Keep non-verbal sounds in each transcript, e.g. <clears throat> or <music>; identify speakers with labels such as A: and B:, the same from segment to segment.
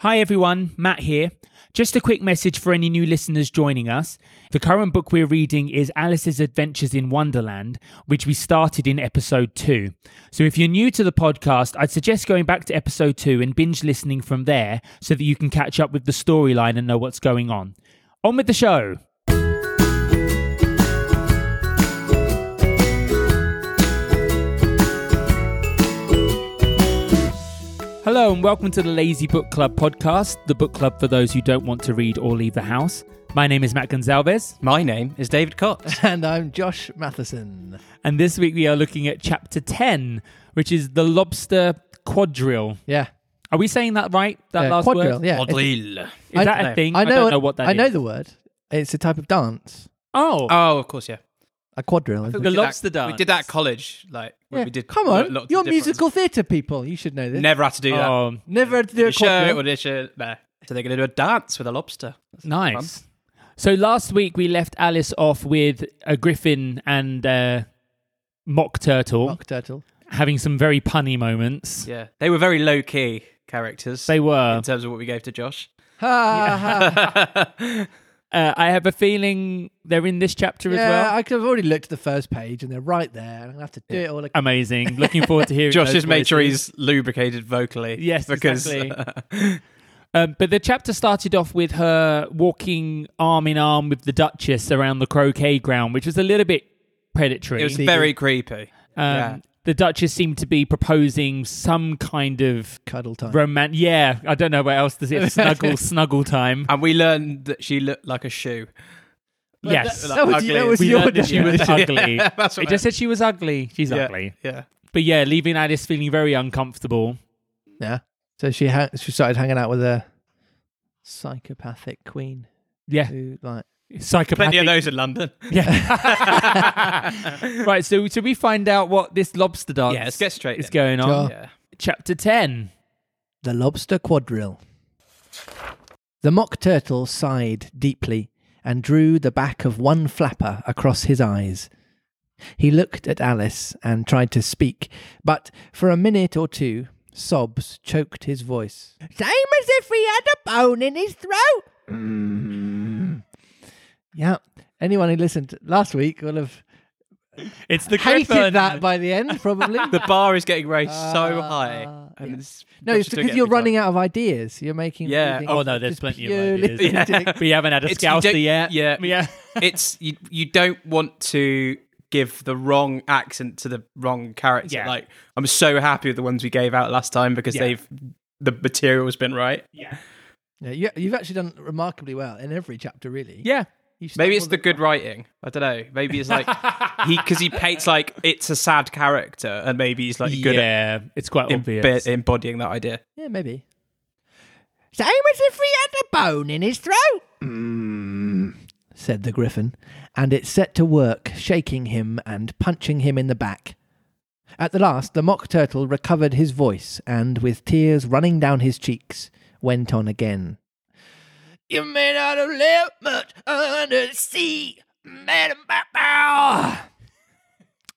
A: Hi everyone, Matt here. Just a quick message for any new listeners joining us. The current book we're reading is Alice's Adventures in Wonderland, which we started in episode two. So if you're new to the podcast, I'd suggest going back to episode two and binge listening from there so that you can catch up with the storyline and know what's going on. On with the show. Hello and welcome to the Lazy Book Club podcast, the book club for those who don't want to read or leave the house. My name is Matt Gonzalez.
B: My name is David <laughs> Cox.
C: And I'm Josh Matheson.
A: And this week we are looking at chapter 10, which is the lobster quadrille.
C: Yeah.
A: Are we saying that right? That
C: yeah,
A: last
C: quadrille,
A: word?
C: yeah.
B: Odlil.
A: Is that
C: I
B: don't
A: a
B: know.
A: thing?
C: I know,
A: don't know what that is.
C: I know the word. It's a type of dance.
A: Oh,
B: Oh, of course, yeah.
C: A quadrille. Isn't
A: the
C: it?
B: We did that-
A: lobster dance.
B: We did that at college, like when
C: Yeah.
B: we did.
C: Come
B: lo-
C: on.
B: lots of
C: You're
B: different-
C: musical theatre people. You should know this.
B: Never had to do that.
A: Oh,
C: Never had to do a
B: Audition,
C: quadrille.
B: audition, nah. So they're going to do a dance with a lobster.
A: nice. So last week we left Alice off with a griffin and a mock turtle
C: Mock
A: <laughs>
C: turtle.
A: having some very punny moments.
B: Yeah, they were very low key characters.
A: They were.
B: in terms of what we gave to Josh.
C: Ha,
A: <laughs>
C: ha.
B: <laughs>
A: Uh, I have a feeling they're in this chapter as
C: Yeah,
A: well.
C: I could have already looked at the first page and they're right there. And I'm going to have to do it all again.
A: Amazing. Looking forward to hearing.
B: <laughs> Josh
A: those
B: just made sure
A: voices.
B: he's lubricated vocally.
A: Yes,
B: because
A: exactly. <laughs> Um, but the chapter started off with her walking arm in arm with the Duchess around the croquet ground, which was a little bit predatory.
B: it was
C: Seagull.
B: very creepy.
A: um,
B: yeah.
A: The Duchess seemed to be proposing some kind of
C: Cuddle time.
A: romance. Yeah, I don't know what else does it snuggle
B: <laughs>
A: snuggle time.
B: And we learned that she looked like a shoe.
A: yes,
C: that was-
B: Ugly.
C: that was
A: we
C: your
A: learned that she was
C: definition.
A: ugly.
B: Yeah, <laughs> that's what
A: it just said she was ugly. She's
B: Yeah.
A: ugly.
B: Yeah.
A: But yeah, leaving Alice feeling very uncomfortable.
C: Yeah. So she ha- she started hanging out with a psychopathic queen
A: Yeah,
C: who like
A: psychopathic.
B: Plenty of those in London. <laughs>
A: Yeah. <laughs> right. So, so we find out what this lobster dance
B: Yeah, let's get straight
A: is
B: in.
A: going on.
C: Sure.
B: Yeah.
A: Chapter ten.
C: The Lobster Quadrille. The mock turtle sighed deeply and drew the back of one flapper across his eyes. He looked at Alice and tried to speak, but for a minute or two, sobs choked his voice. Same as if he had a bone in his throat. <clears throat> Yeah, anyone who listened last week will have
A: It's the
C: hated that by the end,
B: <laughs>
C: probably.
B: the bar is getting raised so
C: Uh,
B: high. And
C: yeah.
B: it's
C: no, it's because you're running out of ideas. You're making
B: Yeah.
C: everything
A: Oh no, there's
C: just
A: plenty of
C: purely
A: ideas.
B: <laughs> Yeah.
C: <laughs>
A: We haven't had a
B: It's- you don't-
A: scouser yet.
B: yeah.
A: yeah.
B: <laughs> it's you, you don't want to give the wrong accent to the wrong character.
A: Yeah.
B: Like I'm so happy with the ones we gave out last time because
A: Yeah.
B: they've the material's been right.
C: Yeah, you, you've actually done remarkably well in every chapter, really.
A: Yeah.
C: You've
B: Maybe it's the
C: stumbled-
B: good writing. I don't know.
A: <laughs>
B: Maybe it's like he because he paints like it's a sad character, and maybe he's like good at
A: yeah. It's quite
B: embe-
A: obvious.
B: embodying that idea.
C: Yeah, maybe. Same as if he had a bone in his throat, said the griffin, and it set to work, shaking him and punching him in the back. At the last, the mock turtle recovered his voice and, with tears running down his cheeks, went on again. You may not have lived much under the sea, Madam Bow.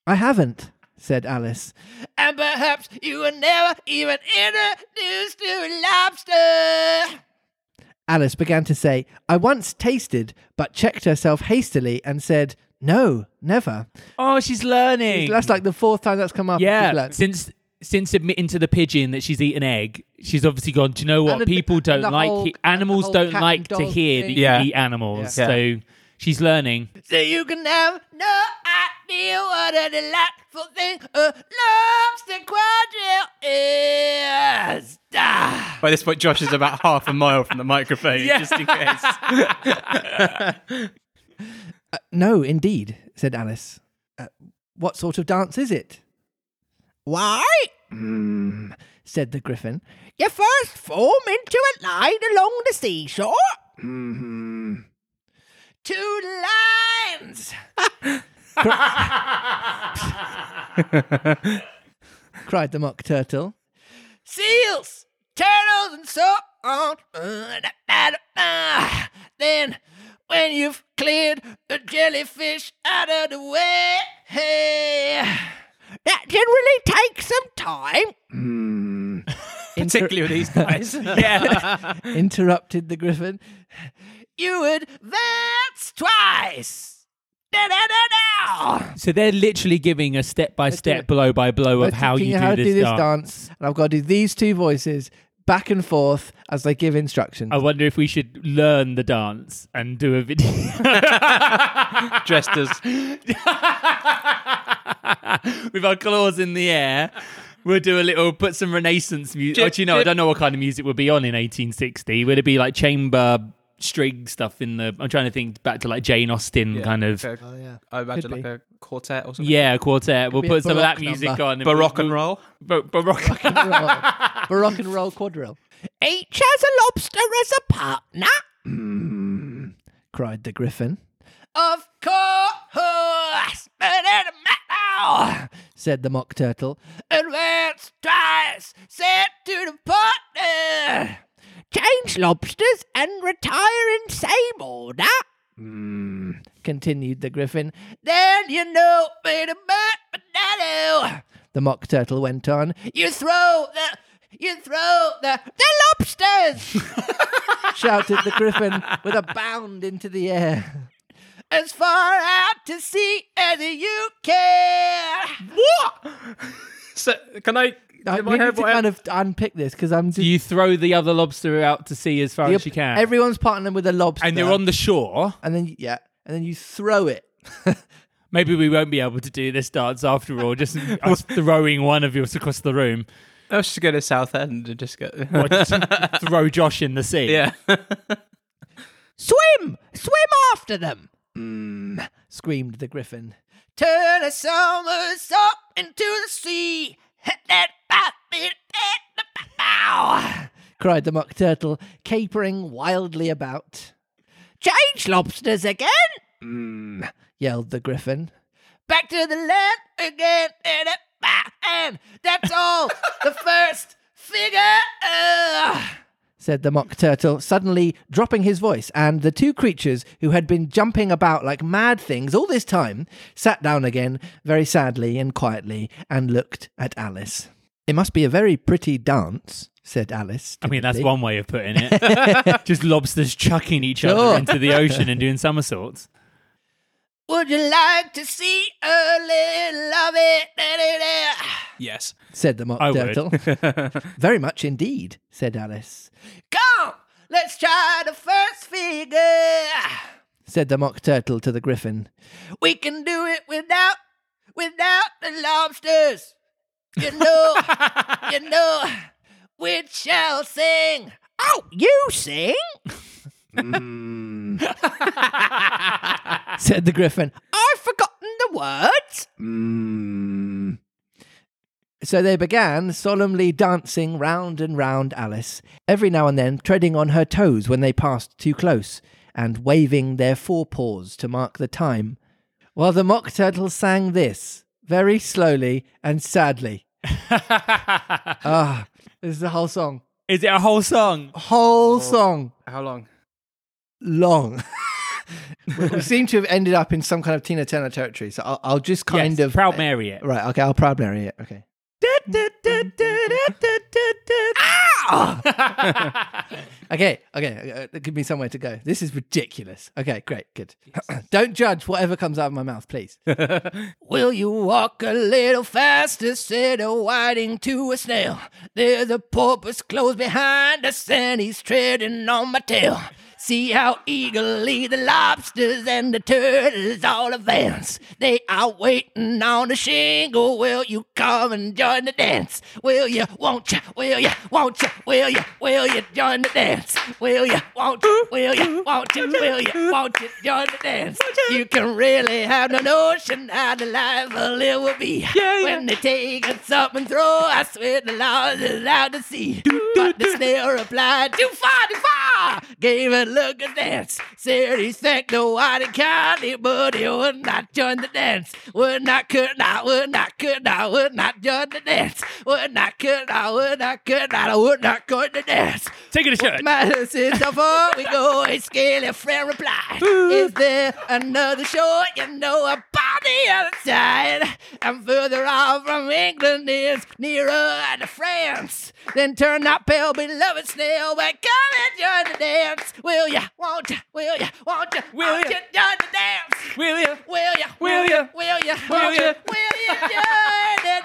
C: I haven't, said Alice. And perhaps you were never even introduced to a lobster. Alice began to say, I once tasted, but checked herself hastily and said, No, never.
A: oh, she's learning.
C: That's like the fourth time that's come up. She's
A: yeah.
C: like,
A: Since since admitting to the pigeon that she's eaten egg, she's obviously gone. Do you know what?
C: And the-
A: People
C: and
A: don't
C: the
A: like
C: whole-
A: he-
C: and the
A: animals.
C: whole
A: Don't
C: cat
A: like
C: and
A: to
C: dog
A: hear that
C: thing.
A: you
B: Yeah.
A: eat animals.
B: Yeah.
A: So she's learning.
C: So you can have no idea what a delightful thing a lobster quadrille is. Ah.
B: By this point, Josh is about <laughs> half a mile from the microphone,
A: Yeah.
B: just in case.
C: No, indeed, said Alice. Uh, what sort of dance is it? Why, mm, said the Gryphon, you first form into a line along the seashore. Mm-hmm. Two <laughs> lines, cried the Mock Turtle. Seals, turtles, and so on. Then, when you've cleared the jellyfish out of the way, that generally takes some time.
B: particularly with these guys. <laughs>
A: yeah.
C: interrupted the Griffin. You advance twice. Da, da, da, da.
A: So they're literally giving a step by
C: do
A: step,
C: it.
A: blow by blow of
C: We're
A: how
C: teaching
A: you
C: how
A: do
C: to do
A: this
C: this
A: dance.
C: dance, and I've got to do these two voices back and forth as they give instructions.
A: I wonder if we should learn the dance and do a video.
B: <laughs> Dressed as
A: <laughs> with our claws in the air. We'll do a little, put some Renaissance music.
B: Ju-
A: Actually, no, I
B: ju-
A: don't know what kind of music would be on in 1860. Would it be like chamber string stuff in the? I'm trying to think back to like Jane Austen kind of.
B: Like a-
C: Oh, yeah.
B: I imagine
C: Could
B: like
C: be.
B: a quartet or something.
A: Yeah, quartet. We'll
C: be a
A: put some of that
C: Baroque
A: music
C: number.
A: on. and
B: Baroque
A: we'll-
B: and roll.
A: Ba- <laughs> Baroque.
C: Baroque Baroque and roll quadrille. Each has a lobster as a partner, Hmm. cried the Griffin. Of course, but it matter, said the Mock Turtle. Advance twice, set to the partner. Change lobsters and retire in same order, continued the Griffin. Then you know me to burn banana. The Mock Turtle went on. You throw the, you throw the, the lobsters! shouted the Griffin with a bound into the air. As far out to sea as you can.
B: What? So can I?
C: I
B: in my
C: we need
B: head,
C: to
B: what I-
C: kind of unpick this because I'm
A: Do
C: just.
A: you throw the other lobster out to sea as far as you can?
C: Everyone's partnering with a lobster.
A: and you're on the shore.
C: And then, yeah. And then you throw it.
A: Maybe we won't be able to do this dance after all. <laughs> Just us throwing one of yours across the room.
B: I was just go to Southend and just go. <laughs>
A: Or <laughs> just throw Josh in the sea.
B: yeah.
C: Swim! Swim after them! Mm, screamed the griffin. Turn a somersault into the sea! Hit that bat bit at the bow! cried the mock turtle, capering wildly about. Change lobsters again! Mm, yelled the griffin. Back to the land again! And, a- ah, and that's all!
A: <laughs>
C: the first figure! Ugh said the Mock Turtle, suddenly dropping his voice, and the two creatures who had been jumping about like mad things all this time sat down again very sadly and quietly and looked at Alice. It must be a very pretty dance, said Alice.
A: I mean, that's
C: timidly.
A: one way of putting it. Just lobsters chucking each
C: Sure.
A: other into the ocean and doing somersaults.
C: Would you like to see a little of it? Da, da, da,"
B: Yes.
C: said the Mock
A: I would. <laughs>
C: Turtle. very much indeed, said Alice. Come, let's try the first figure. said the Mock Turtle to the Griffin. We can do it without, without the lobsters. You know,
A: <laughs>
C: you know, we shall sing. Oh, you sing? <laughs> said the Griffin. I've forgotten the words. So they began solemnly dancing round and round Alice, every now and then treading on her toes when they passed too close, and waving their forepaws to mark the time, while the Mock Turtle sang this, very slowly and sadly. Ah, this is the whole song.
A: Is it a whole song?
C: Whole song
B: How long?
C: long. <laughs> we we seem to have ended up in some kind of Tina Turner territory, so I'll, I'll just kind
A: Yes,
C: of.
A: Proud Mary it.
C: Right, okay, I'll proud Mary it. Okay. <laughs> Okay, okay, uh, give me somewhere to go. This is ridiculous. Okay, great, good. <clears throat> Don't judge whatever comes out of my mouth, please. Will you walk a little faster instead of whiting to a snail? There's a porpoise close behind us and he's treading on my tail. See how eagerly the lobsters and the turtles all advance. They are waiting on the shingle. Will you come and join the dance? Will you, won't you, will you, won't you, will you, will you join the dance? Will you, won't you, will you, won't you, will you, won't you join the dance? You can really have no notion how delightful it will be. When they take us up and throw us with the lobsters out to sea. But the snail replied, too far, too far. Gave a look at dance. Said he thanked the white county, but he would not join the dance. Would not, could not, would not, could not, would not join the dance. Would not, could not, would not, could not, would not join the dance.
A: Take it a shot.
C: Matter since how far we go, a scaly friend replied. Is there another shore you know about? the other side. I'm further off from England is nearer to France. Then turn that pale beloved snail back. Come and join the dance. Will ya? Won't ya? Will ya? Won't ya?
A: Will
C: Won't
A: ya?
C: join the dance?
A: Will you?
C: Will ya?
A: Will ya?
C: Will ya?
A: Will
C: Won't ya?
A: ya?
C: Will ya join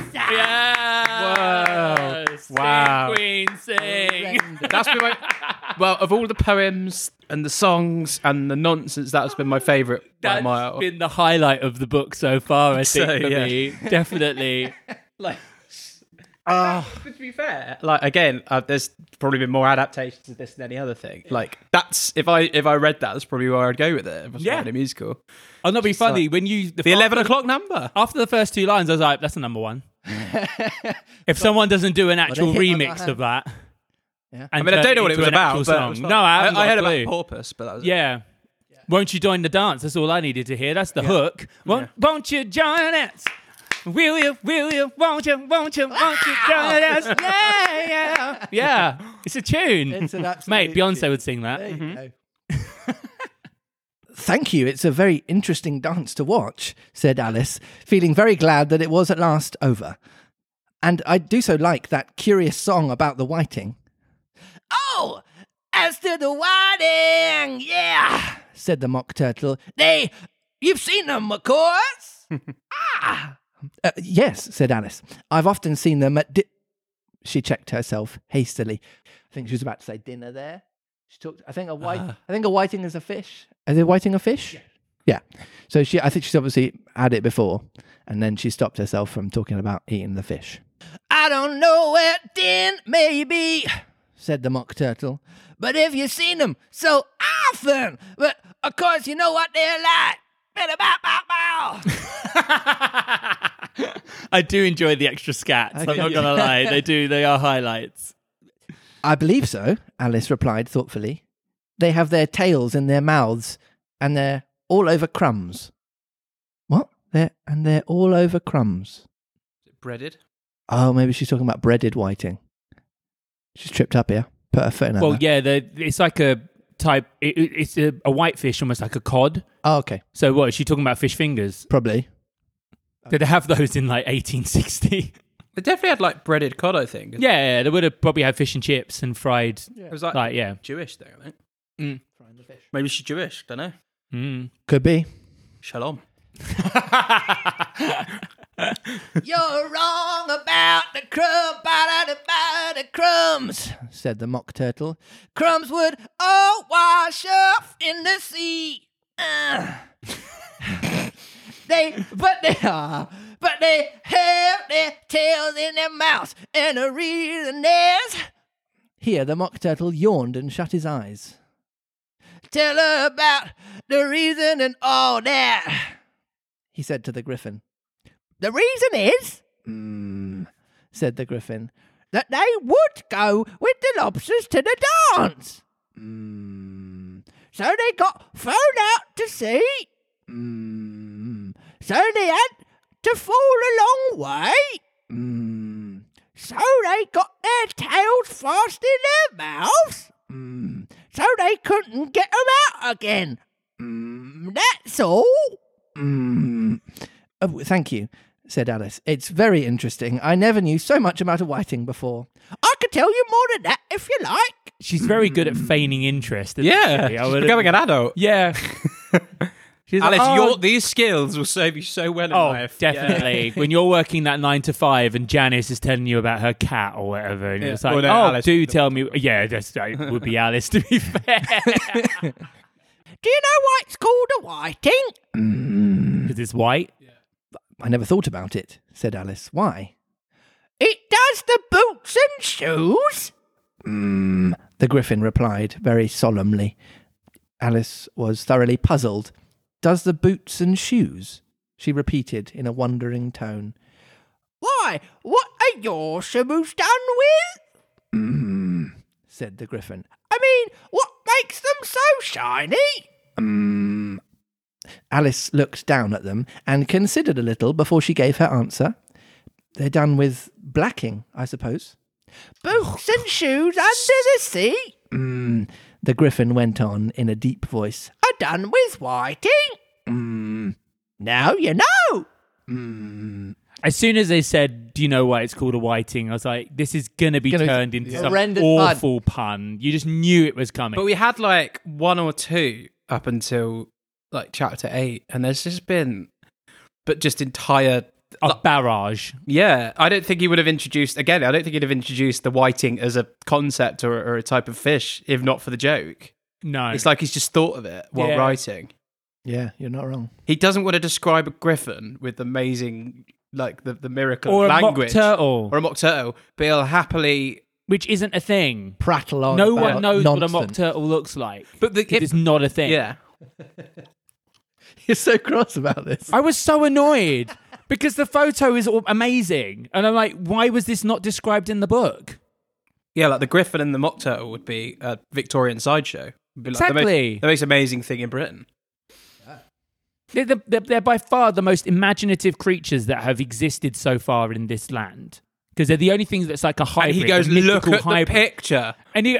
C: the dance?
A: Wow.
B: Sing, Wow.
A: Queen, sing.
B: That's been my well of all the poems and the songs and the nonsense. That's been my favourite by a
A: That's
B: mile.
A: been the highlight of the book so far, I
B: So,
A: think, for
B: yeah.
A: me. Definitely.
B: like, to be fair, like again, uh, there's probably been more adaptations of this than any other thing. Like that's if I if I read that, that's probably where I'd go with it. If I was
A: Yeah.
B: writing a musical.
A: I'll Oh, not be funny. when you
B: The eleven o'clock number.
A: after the first two lines, I was like, that's the number
C: <laughs>
A: one. if someone doesn't do an actual
C: hit my
A: remix
C: button.
A: of that.
C: Yeah.
A: and
B: I mean,
A: turn
B: I don't know what it
A: into
B: was
A: an
B: about.
A: actual
B: But
A: song.
B: it's not-
A: no, I, haven't
B: I,
A: got
B: heard
A: a clue.
B: about porpoise, but that was
A: Yeah. Won't you join the dance? That's all I needed to hear. That's the hook. Won't, won't you join us? Will you? Will you? Won't you? Won't you? Won't you join us?
C: <laughs>
A: Yeah, yeah, yeah. It's a tune.
C: It's an absolute
A: Mate, Beyonce
C: tune.
A: would sing that.
C: There you go. <laughs> Thank you. It's a very interesting dance to watch, said Alice, feeling very glad that it was at last over. And I do so like that curious song about the whiting. Oh, as to the whiting, yeah, said the mock turtle. They, you've seen them, of <laughs> course. ah. "Uh, yes, said Alice. I've often seen them at. Di- she checked herself hastily. I think she was about to say dinner there. She talked. I think a white. I think a whiting Uh-huh. is a fish. Are they whiting a fish? Yeah. So she. I think she's obviously had it before, and then she stopped herself from talking about eating the fish. I don't know where din maybe, said the mock turtle. But if you've seen them so often, but of course you know what they're like. Bit of bow, bow, bow.
A: <laughs> I do enjoy the extra scats. I'm not gonna lie. They do. They are highlights.
C: I believe so, Alice replied thoughtfully. They have their tails in their mouths and they're all over crumbs. What? They're, and they're all over crumbs.
B: breaded.
C: Oh, maybe she's talking about breaded whiting. She's tripped up here. Put her foot in her
A: Well,
C: mouth.
A: yeah. The, it's like a type. It, it- it's a, a whitefish, almost like a cod.
C: Oh, okay.
A: So what is she talking about? Fish fingers?
C: Probably.
B: Oh.
A: Did they have those in like 1860?
B: They definitely had like breaded cod. I think.
A: yeah, <laughs> yeah, they would have probably had fish and chips and fried.
B: It was like,
A: Like, yeah.
B: Jewish though. I think.
A: Mm.
B: Maybe she's Jewish. Don't know.
A: Mm.
C: Could be.
B: Shalom.
C: You're wrong about the crumb, about the, about the crumbs, said the mock turtle. Crumbs would all wash off in the sea. Ugh. they, but they are, but they have their tails in their mouths, and the reason is. Here the mock turtle yawned and shut his eyes. Tell her about the reason and all that, he said to the griffin. The reason is, Mm, said the griffin, that they would go with the lobsters to the dance. So they got thrown out to sea. So they had to fall a long way. So they got their tails fast in their mouths. So they couldn't get them out again. That's all. Oh, thank you, said Alice. It's very interesting. I never knew so much about a whiting before. I could tell you more than that if you like.
A: She's very good at feigning interest. isn't
B: Mm. Yeah,
A: she?
B: she's
A: I would-
B: becoming an adult.
A: Yeah. She's
B: Alice,
A: like, oh,
B: your these skills will serve you so well in
A: Oh,
B: life.
A: definitely.
B: <laughs>
A: when you're working that nine to five and Janice is telling you about her cat or whatever, and
B: Yeah.
A: it's like,
B: Well, no,
A: oh,
B: Alice
A: do
B: would-
A: tell me. Yeah, that's, that would be Alice, to be <laughs>
B: <laughs>
A: fair.
C: Do you know why it's called a whiting?
A: Because it's white.
C: I never thought about it, said Alice. Why? It does the boots and shoes. Mm, the griffin replied very solemnly. Alice was thoroughly puzzled. Does the boots and shoes? she repeated in a wondering tone. Why, what are your shoes done with? Mm-hmm, said the griffin. I mean, what makes them so shiny? Alice looked down at them and considered a little before she gave her answer. They're done with blacking, I suppose. Boots and shoes under the sea, mm, the Gryphon went on in a deep voice, are done with whiting. Mm. Now you know.
A: As soon as they said, "Do you know why it's called a whiting?" I was like, "This is gonna be
C: Gonna be
A: turned into some
C: horrendous pun.
A: awful pun. You just knew it was coming."
B: But we had like one or two up until like chapter eight, and there's just been, but just entire.
A: a barrage.
B: Yeah, I don't think he would have introduced again. I don't think he'd have introduced the whiting as a concept or, or a type of fish if not for the joke.
A: No,
B: It's like he's just thought of it while
A: Yeah.
B: writing.
C: Yeah, you're not wrong.
B: He doesn't want to describe a griffin with amazing like the, the miracle
A: or
B: of
A: a mock
B: language
A: turtle,
B: or a mock turtle, but he'll happily.
A: which isn't a thing.
C: Prattle
B: Oh,
C: on.
A: No
C: about
A: one knows
C: nonsense.
A: what a mock turtle looks like.
B: But the,
A: 'cause it's not a thing.
B: yeah,
C: <laughs> You're so cross
A: <laughs>
C: about this.
A: I was so annoyed because the photo is all- amazing, and I'm like, why was this not described in the book?
B: Yeah, like the Griffin and the Mock Turtle would be a Victorian sideshow. Would be like The
A: Exactly.
B: most, the most amazing thing in Britain.
A: They're, the- they're, they're by far the most imaginative creatures that have existed so far in this land because they're the only things that's like a hybrid.
B: And he goes,
A: a
B: look
A: mythical
B: at
A: hybrid.
B: the picture.
A: And he,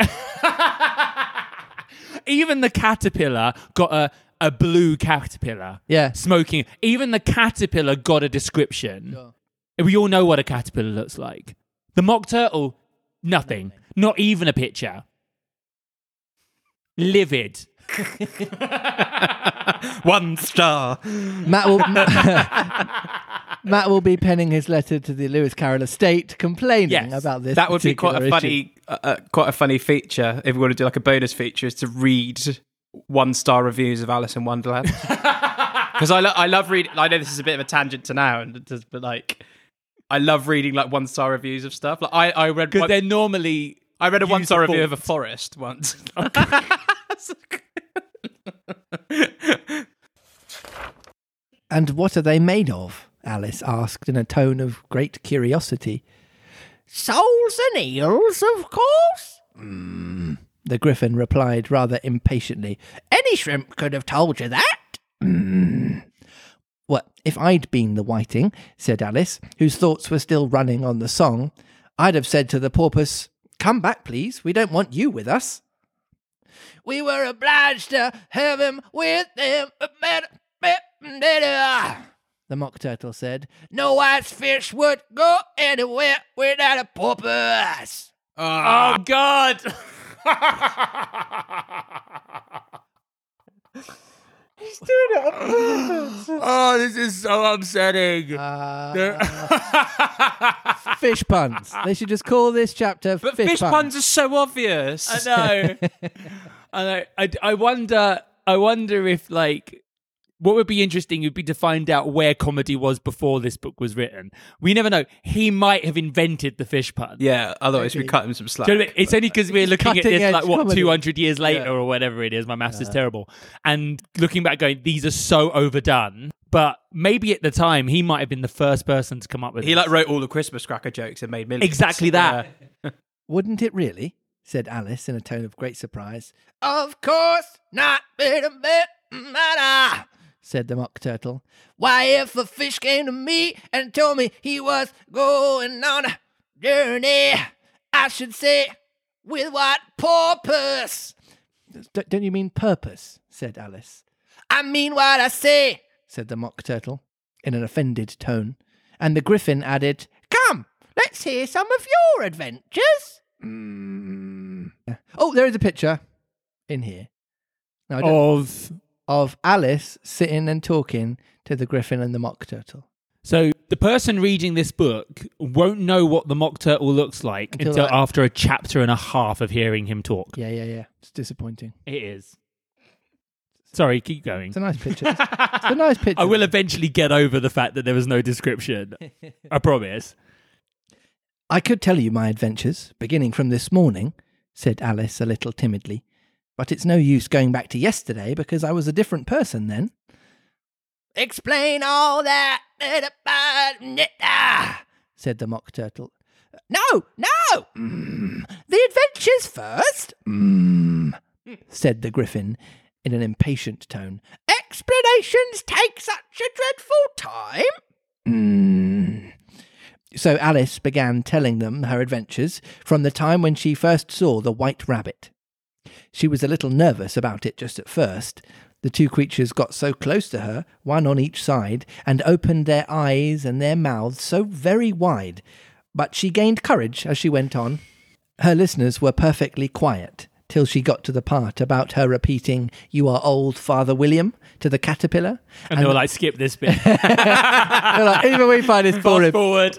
A: <laughs> even the caterpillar got a, a blue caterpillar.
C: Yeah.
A: Smoking. Even the caterpillar got a description.
C: Sure.
A: And We all know what a caterpillar looks like. The mock turtle, nothing. Not even a picture. Livid.
B: One star.
C: Matt will <laughs> Matt will be penning his letter to the Lewis Carroll estate complaining
A: Yes,
C: about this.
B: That would be quite a
C: particular issue.
B: funny, uh, uh, quite a funny feature if we want to do like a bonus feature is to read one star reviews of Alice in
A: <laughs>
B: Wonderland. Because I, lo- I love reading. I know this is a bit of a tangent to now, and it does- but like, I love reading like one star reviews of stuff. Like I, I read
A: Because
B: one,
A: they're normally.
B: I read a one star
A: useful.
B: review of a forest
A: <laughs>
B: once.
C: And what are they made of? Alice asked in a tone of great curiosity. Souls and eels, of course. Mm. The Gryphon replied rather impatiently. Any shrimp could have told you that. Mm. Well, if I'd been the whiting, said Alice, whose thoughts were still running on the song, I'd have said to the porpoise, Come back, please. We don't want you with us. We were obliged to have him with them. uh, The Mock Turtle said, No wise fish would go anywhere without a porpoise.
A: Oh, <laughs> God. oh, this is so upsetting.
C: Uh,
A: <laughs>
C: fish puns. They should just call this chapter
B: But
C: fish,
B: fish,
C: puns.
B: puns. are so obvious.
A: I know.
B: <laughs>
A: I know. I, I wonder. I wonder if like what would be interesting would be to find out where comedy was before this book was written. We never know. He might have invented the fish pun.
B: Yeah, otherwise we cut him some slack.
A: Do you know what I mean? It's only because
B: <laughs>
A: we're looking at
C: cutting
A: this like
C: edge
A: what
C: comedy.
A: 200 years later or whatever it is. My maths is terrible, and looking back, going these are so overdone. But maybe at the time he might have been the first person to come up with
B: He
A: this.
B: like wrote all the Christmas cracker jokes and made millions.
A: exactly
B: <laughs>
A: that.
C: Wouldn't it really? said Alice in a tone of great surprise. Of course not, bit a bit matter, said the Mock Turtle. Why, if a fish came to me and told me he was going on a journey, I should say, with what purpose? D- don't you mean purpose? said Alice. I mean what I say, said the Mock Turtle in an offended tone. And the Gryphon added, Come, let's hear some of your adventures. Oh, there is a picture in here No, I don't-
A: Of
C: of Alice sitting and talking to the Gryphon and the Mock Turtle.
A: So the person reading this book won't know what the mock turtle looks like
C: Until
A: until,
C: that-
A: after a chapter and a half of hearing him talk.
C: Yeah, yeah, yeah. It's disappointing.
A: It is. Sorry, keep going.
C: It's a nice picture. it's a <laughs> nice picture.
A: I will eventually get over the fact that there was no description. I promise.
C: I could tell you my adventures, beginning from this morning, said Alice a little timidly, but it's no use going back to yesterday because I was a different person then. Explain all that, said the Mock Turtle. No, no! The adventures first, said the Gryphon in an impatient tone. Explanations take such a dreadful time. Hmm. So Alice began telling them her adventures from the time when she first saw the white rabbit. She was a little nervous about it just at first, The two creatures got so close to her, one on each side, and opened their eyes and their mouths so very wide. But she gained courage as she went on. Her listeners were perfectly quiet till she got to the part about her repeating, You are old, Father William, to the caterpillar.
A: And, they were like, skip this bit. Fast
C: They're like, Even we
A: <laughs>
C: find this boring.
A: forward.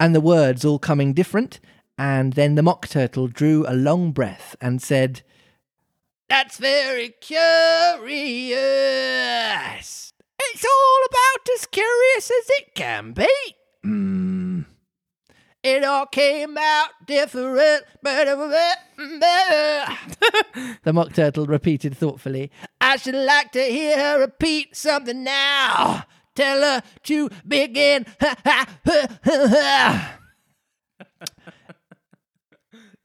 C: and the words all coming different. And then the mock turtle drew a long breath and said, That's very curious. It's all about as curious as it can be. Mm. It all came out different. uh, <laughs> the mock turtle repeated thoughtfully, I should like to hear her repeat something now. Tell her to begin. <laughs>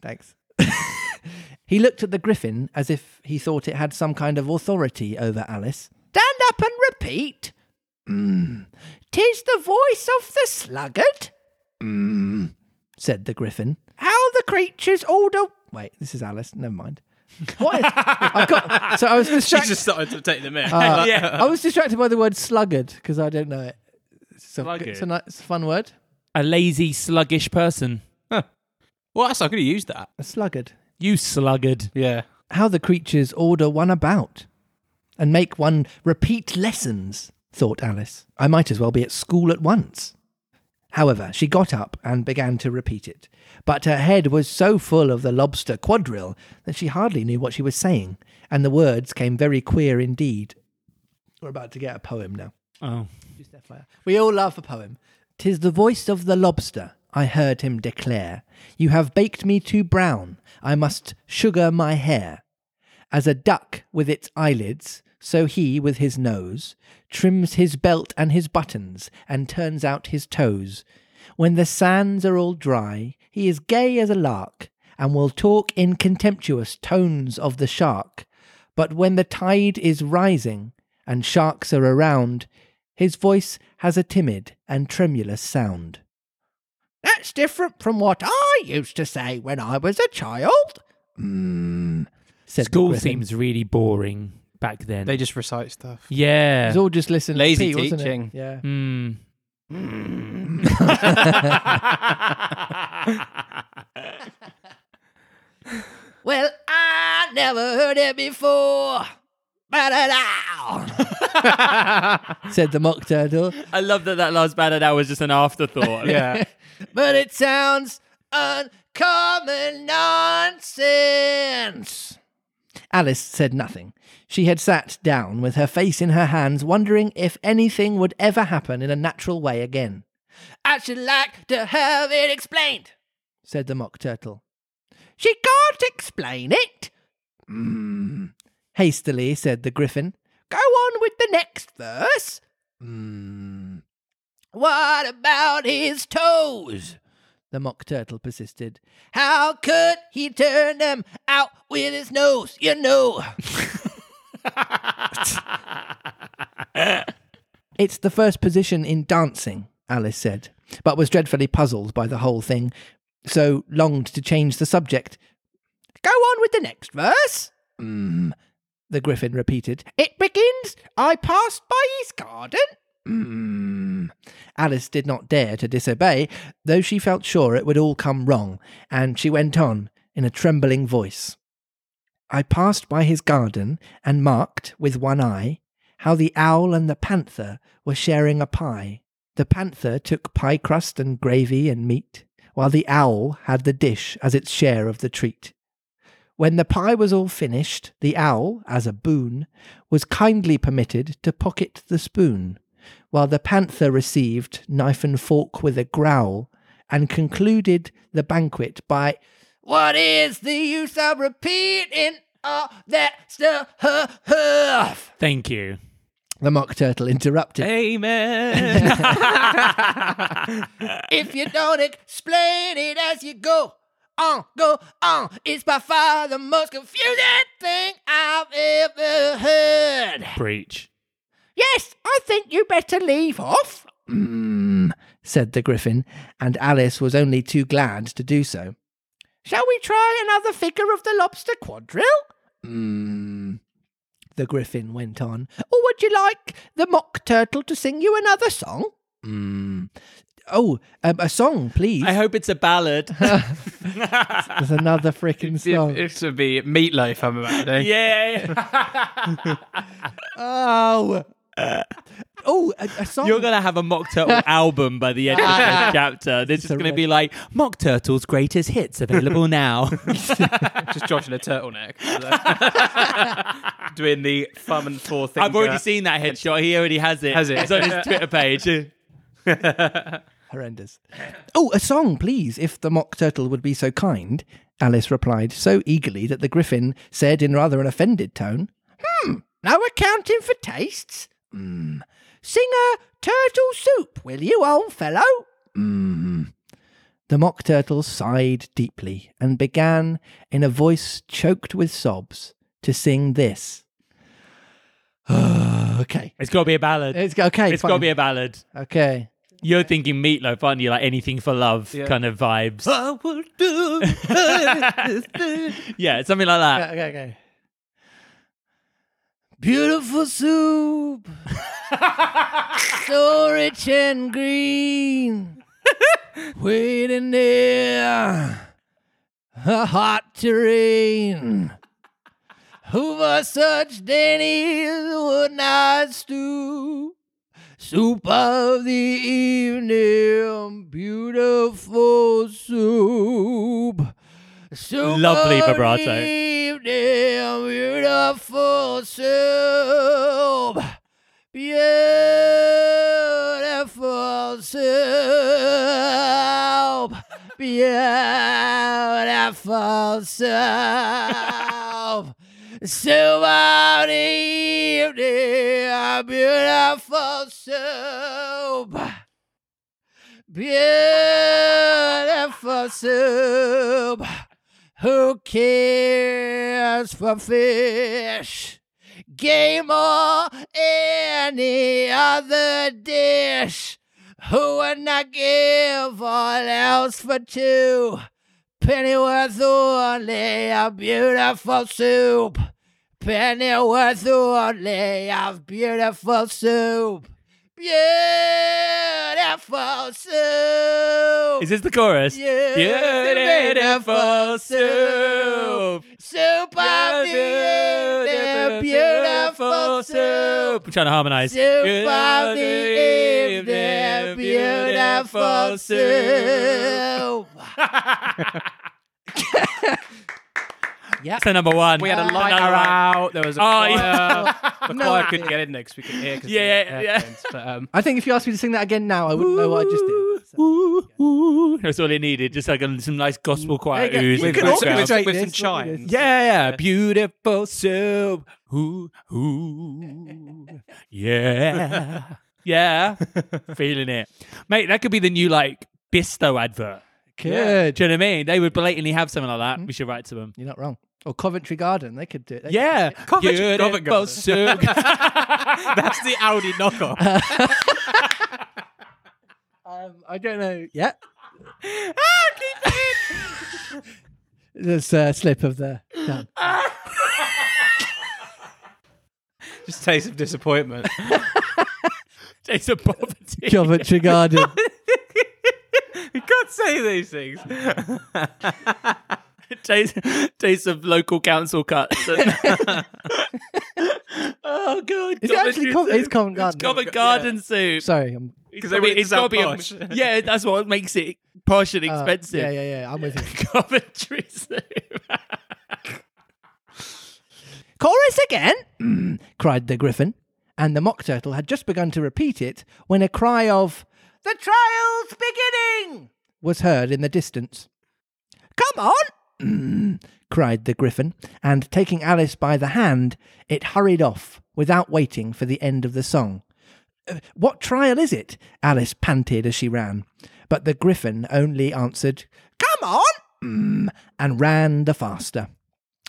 C: Thanks. <laughs> he looked at the griffin as if he thought it had some kind of authority over Alice. Stand up and repeat. Mm. Tis the voice of the sluggard, mm. said the griffin. How the creatures order. Wait, this is Alice. Never mind. <laughs> What? Is... I got. So I <laughs> was
B: She
C: distracted.
B: just started to take the mic.
A: Uh.
C: I was distracted by the word sluggard because I don't know it. So
B: Sluggard.
C: It's a, ni- it's a fun word.
A: a lazy, sluggish person.
B: well, that's, I'm going to use that.
C: A sluggard.
A: You sluggard.
B: Yeah.
C: how the creatures order one about and make one repeat lessons, thought Alice. I might as well be at school at once. However, she got up and began to repeat it, but her head was so full of the lobster quadrille that she hardly knew what she was saying, and the words came very queer indeed. We're about to get a poem now.
A: Oh.
C: Just FYI. We all love a poem. Tis the voice of the lobster, I heard him declare. You have baked me too brown, I must sugar my hair. As a duck with its eyelids, so he with his nose trims his belt and his buttons and turns out his toes. When the sands are all dry, he is gay as a lark and will talk in contemptuous tones of the shark. But when the tide is rising and sharks are around, his voice has a timid and tremulous sound. That's different from what I used to say when I was a child. Mm, said the
A: School
C: Griffin.
A: seems really boring back then.
B: They just recite stuff.
C: It
A: yeah.
C: was all just listen.
B: Lazy
C: to Pete, wasn't it?
B: teaching.
C: Yeah. Hmm. <laughs>
A: Mm.
C: Well, I never heard it before. said the mock turtle.
A: <laughs> I love that that last bad hour was just an afterthought.
B: <laughs> Yeah.
C: <laughs> But it sounds uncommon nonsense. Alice said nothing. She had sat down with her face in her hands, wondering if anything would ever happen in a natural way again. I should like to have it explained, said the Mock Turtle. She can't explain it, mm. hastily said the Gryphon. Go on with the next verse. Mm. What about his toes? The Mock Turtle persisted. How could he turn them out with his nose, you know? <laughs> it's the first position in dancing, Alice said, but was dreadfully puzzled by the whole thing, so longed to change the subject. Go on with the next verse. Mm, the Gryphon repeated. It begins, I passed by his garden. Mm. Alice did not dare to disobey, though she felt sure it would all come wrong, and she went on in a trembling voice. I passed by his garden and marked, with one eye, how the owl and the panther were sharing a pie. The panther took pie crust and gravy and meat, while the owl had the dish as its share of the treat. When the pie was all finished, the owl, as a boon, was kindly permitted to pocket the spoon, while the panther received knife and fork with a growl, and concluded the banquet by, What is the use of repeating all that stuff?
A: Thank you.
C: The mock turtle interrupted.
A: <laughs>
B: Amen.
C: If you don't explain it as you go on, go on, it's by far the most confusing thing I've ever heard.
A: Breach.
C: Yes, I think you better leave off, mm, said the Gryphon, and Alice was only too glad to do so. Shall we try another figure of the lobster quadrille? Mm, the griffin went on. Or would you like the mock turtle to sing you another song? Mm. Oh, um, a song, please.
A: I hope it's a
B: <laughs>
A: ballad.
C: There's
A: <laughs>
C: another frickin' song.
B: It would be meatloaf. I'm about to. do.
D: Yeah.
C: Oh. oh, a, a song.
A: You're going to have a Mock
B: <laughs>
A: Turtle album by the end of this chapter. There's just going to be like, Mock Turtle's greatest hits available
B: <laughs>
A: now.
B: Just Josh in a <laughs> turtleneck, doing the thumb and forefinger.
A: I've already seen that headshot. He already has it.
B: Has it?
A: It's on his Twitter <laughs> page.
C: horrendous. Oh, a song, please, if the mock turtle would be so kind, Alice replied so eagerly that the griffin said in rather an offended tone, Hmm, no accounting for tastes. Hmm. Sing a turtle soup, will you, old fellow? Hmm. The mock turtle sighed deeply and began, in a voice choked with sobs, to sing this. <sighs> okay.
A: It's got to be a ballad.
C: It's okay.
A: it's got to be a ballad.
C: okay.
A: You're thinking meatloaf, aren't you? Like anything for love
B: Yeah.
A: kind of vibes. <gasps>
C: I would do
A: yeah, something like that.
C: <laughs> okay, okay. Beautiful <laughs> soup, so rich and green, waiting there, a hot terrain. Over such Denny's would not stew. Soup of the evening, beautiful soup. Soup
A: Lovely
C: of
A: vibrato.
C: the evening, beautiful soup. Beautiful soup. Beautiful soup. Soup of the evening. Beautiful soup. Beautiful soup. Who cares for fish? game or any other dish. Who would not give all else for two? Pennyworth only of beautiful soup. Pennyworth only of beautiful soup. Beautiful soup.
A: Is this the chorus?
C: Beautiful soup. Soup of the evening, beautiful soup.
A: I'm trying to harmonize.
C: Soup of the evening, beautiful soup.
A: That's the number one.
B: We had a light
A: Another one.
B: out. There was a
A: Oh,
B: choir.
A: yeah.
B: The choir couldn't get in there because we couldn't hear. 'cause of
A: Yeah,
B: the
A: yeah, yeah.
B: headphones. But,
A: <laughs>
B: um,
C: I think if you asked me to sing that again now, I wouldn't know what I just did.
A: Ooh, ooh. That's all it needed. Just like a, some nice gospel choir.
C: There you
A: ooze
C: go. You
A: in
C: can
A: the background.
B: with,
C: orchestrate
B: with some
C: this. Look at
B: chimes.
C: this.
A: Yeah, yeah, beautiful soup. Ooh,
C: <laughs>
A: ooh. Yeah. Yeah. Feeling it. Mate, that could be the new like Bisto advert.
C: Good.
A: Do you know what I mean? They would blatantly have something like that.
C: Mm-hmm.
A: We should write to them.
C: You're not wrong. Or Coventry Garden, they could do it. They-
A: Yeah.
B: Coventry- Covent
A: Beautiful
B: Garden.
C: <laughs>
A: soup.
B: That's the Audi knockoff.
C: Um, I don't know. <laughs> Yeah. Ah, <laughs> This uh, slip of the tongue.
B: <laughs> Just taste of
A: <laughs>
B: disappointment.
A: It's a poverty. <laughs>
C: Coventry Garden.
B: you can't say these things. <laughs>
A: taste, taste of local council
C: <laughs>
A: cuts. <laughs> oh god!
C: Is it actually Cov- it's Covent Garden?
A: Covent Garden soup?
C: Sorry, I'm
B: Because they want it to
A: it's gotta
B: sound
A: be
B: posh.
A: a <laughs> yeah. That's what makes it posh and
C: uh,
A: expensive.
C: yeah, yeah, yeah. I'm with you.
A: <laughs> Coventry soup.
C: Chorus again! <clears throat> cried the griffin, and the mock turtle had just begun to repeat it when a cry of "The trial's beginning!" was heard in the distance. "Come on!" <clears throat> "Mm," cried the griffin, and taking Alice by the hand, it hurried off without waiting for the end of the song. "Uh, What trial is it? Alice panted as she ran. But the griffin only answered, Come on! <clears throat> "Mm," and ran the faster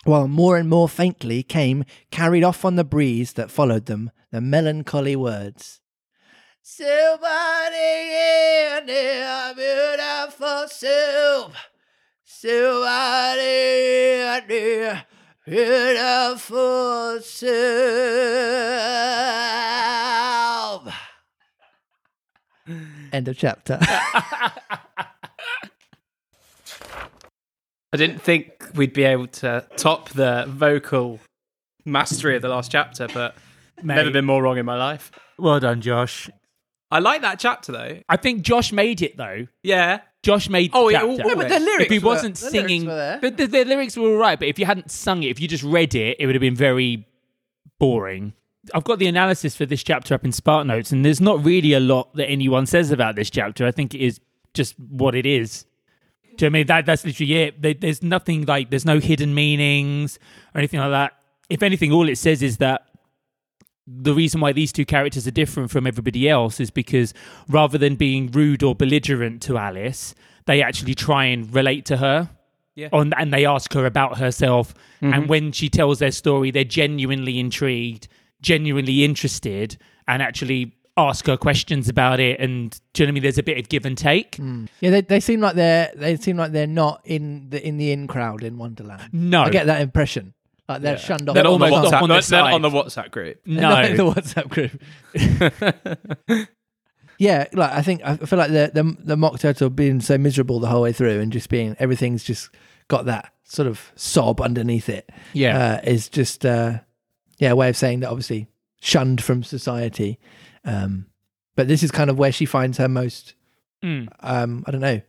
C: while more and more faintly came, carried off on the breeze that followed them, the melancholy words. Somebody in here, beautiful soup. Somebody in here, Beautiful soup. End of chapter.
B: I didn't think we'd be able to top the vocal mastery of the last chapter, but never been more wrong in my life.
A: Well done, Josh.
B: I like that chapter though.
A: I think Josh made it though.
B: Yeah.
A: Josh made.
B: Oh, yeah,
A: chapter.
B: al- No, but the
A: if he wasn't
C: the lyrics
A: singing,
C: were there.
A: the, the, the lyrics were all right. But if you hadn't sung it, if you just read it, it would have been very boring. I've got the analysis for this chapter up in Spark Notes, and there's not really a lot that anyone says about this chapter. I think it is just what it is. Do you know what I mean that? That's literally it. There, there's nothing like there's no hidden meanings or anything like that. If anything, all it says is that the reason why these two characters are different from everybody else is because rather than being rude or belligerent to Alice, they actually try and relate to her.
B: Yeah.
A: On, and they ask her about herself. And when she tells their story, they're genuinely intrigued, genuinely interested, and actually ask her questions about it. And do you know what I mean? There's a bit of give and take.
C: <laughs> yeah, they, they seem like they're they seem like they're not in the in the in crowd in Wonderland.
A: No.
C: I get that impression. Like they're shunned off.
B: They're not on the
A: almost
B: WhatsApp.
A: on the
B: they're- they're not
A: side.
B: on the WhatsApp group.
A: No.
C: <laughs>
A: Mm.
C: Not in
B: <laughs>
C: the WhatsApp group. yeah, like I think I feel like the the, the mock turtle being so miserable the whole way through and just being everything's just got that sort of sob underneath it.
B: Yeah.
C: uh, is just uh, yeah a way of saying that obviously shunned from society, um, but this is kind of where she finds her most
A: Mm.
C: um, I don't know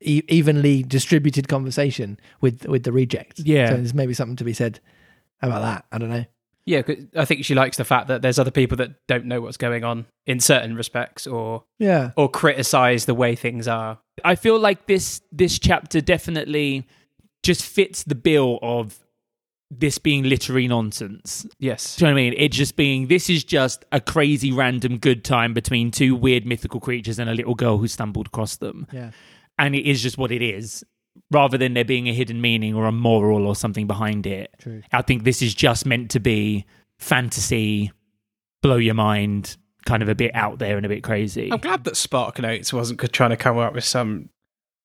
C: e- evenly distributed conversation with with the rejects.
A: Yeah.
C: so there's maybe something to be said about that. I don't know.
B: Yeah, 'cause I think she likes the fact that there's other people that don't know what's going on in certain respects or
C: Yeah.
B: or criticize the way things are.
A: I feel like this this chapter definitely just fits the bill of this being literary nonsense.
B: Yes.
A: Do you know what I mean? It just being this is just a crazy random good time between two weird mythical creatures and a little girl who stumbled across them.
C: Yeah.
A: And it is just what it is. Rather than there being a hidden meaning or a moral or something behind it.
C: True.
A: I think this is just meant to be fantasy, blow your mind, kind of a bit out there and a bit crazy.
B: I'm glad that Spark Notes wasn't co- trying to come up with some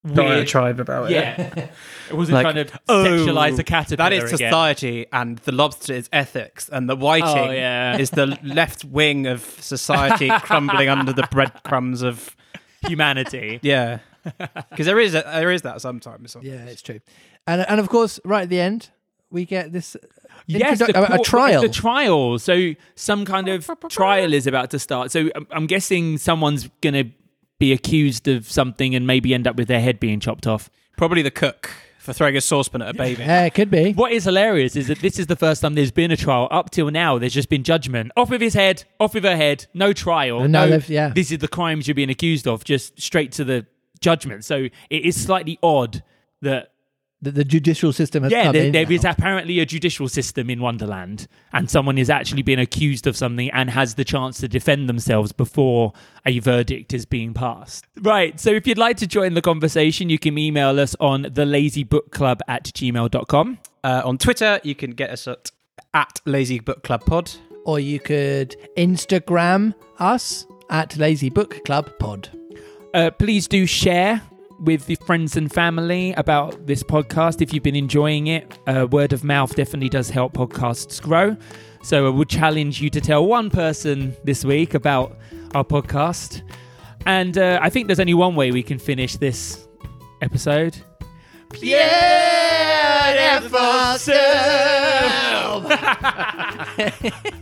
A: Weird.
B: diatribe about it. <laughs>
A: Yeah. it wasn't
B: Like,
A: trying to
B: "Oh,
A: sexualize a caterpillar.
B: That is
A: again. <laughs>
B: society, and the lobster is ethics, and the whiting
A: Oh, yeah.
B: is the left wing of society
A: <laughs>
B: crumbling under the breadcrumbs of
A: humanity.
B: yeah. Because there is a, there is that sometimes.
C: Yeah, it's true. And and of course, right at the end, we get this.
A: yes,
C: introduc-
A: the
C: a- a,
A: court-
C: trial.
A: The trial. So some kind of trial is about to start. So um, I'm- I'm guessing someone's going to be accused of something and maybe end up with their head being chopped off.
B: Probably the cook for throwing a saucepan at a baby.
C: yeah, it could be.
A: What is hilarious is that this is the first time there's been a trial. Up till now, there's just been judgment. Off with his head, off with her head, no trial.
C: And now they've- yeah.
A: This is the crimes you're being accused of, just straight to the judgment. So it is slightly odd that
C: The, the judicial system has
A: Yeah,
C: come
A: there,
C: in.
A: there
C: now.
A: is apparently a judicial system in Wonderland, and someone is actually being accused of something and has the chance to defend themselves before a verdict is being passed. Right, so if you'd like to join the conversation, you can email us on thelazybookclub at gmail.com.
B: Uh, on Twitter, you can get us at, at Lazy Book Club Pod.
C: or you could Instagram us at Lazy Book Club Pod.
A: Uh, please do share with your friends and family about this podcast if you've been enjoying it. Uh, word of mouth definitely does help podcasts grow. So I would challenge you to tell one person this week about our podcast. And uh, I think there's only one way we can finish this episode.
C: Beautiful soup.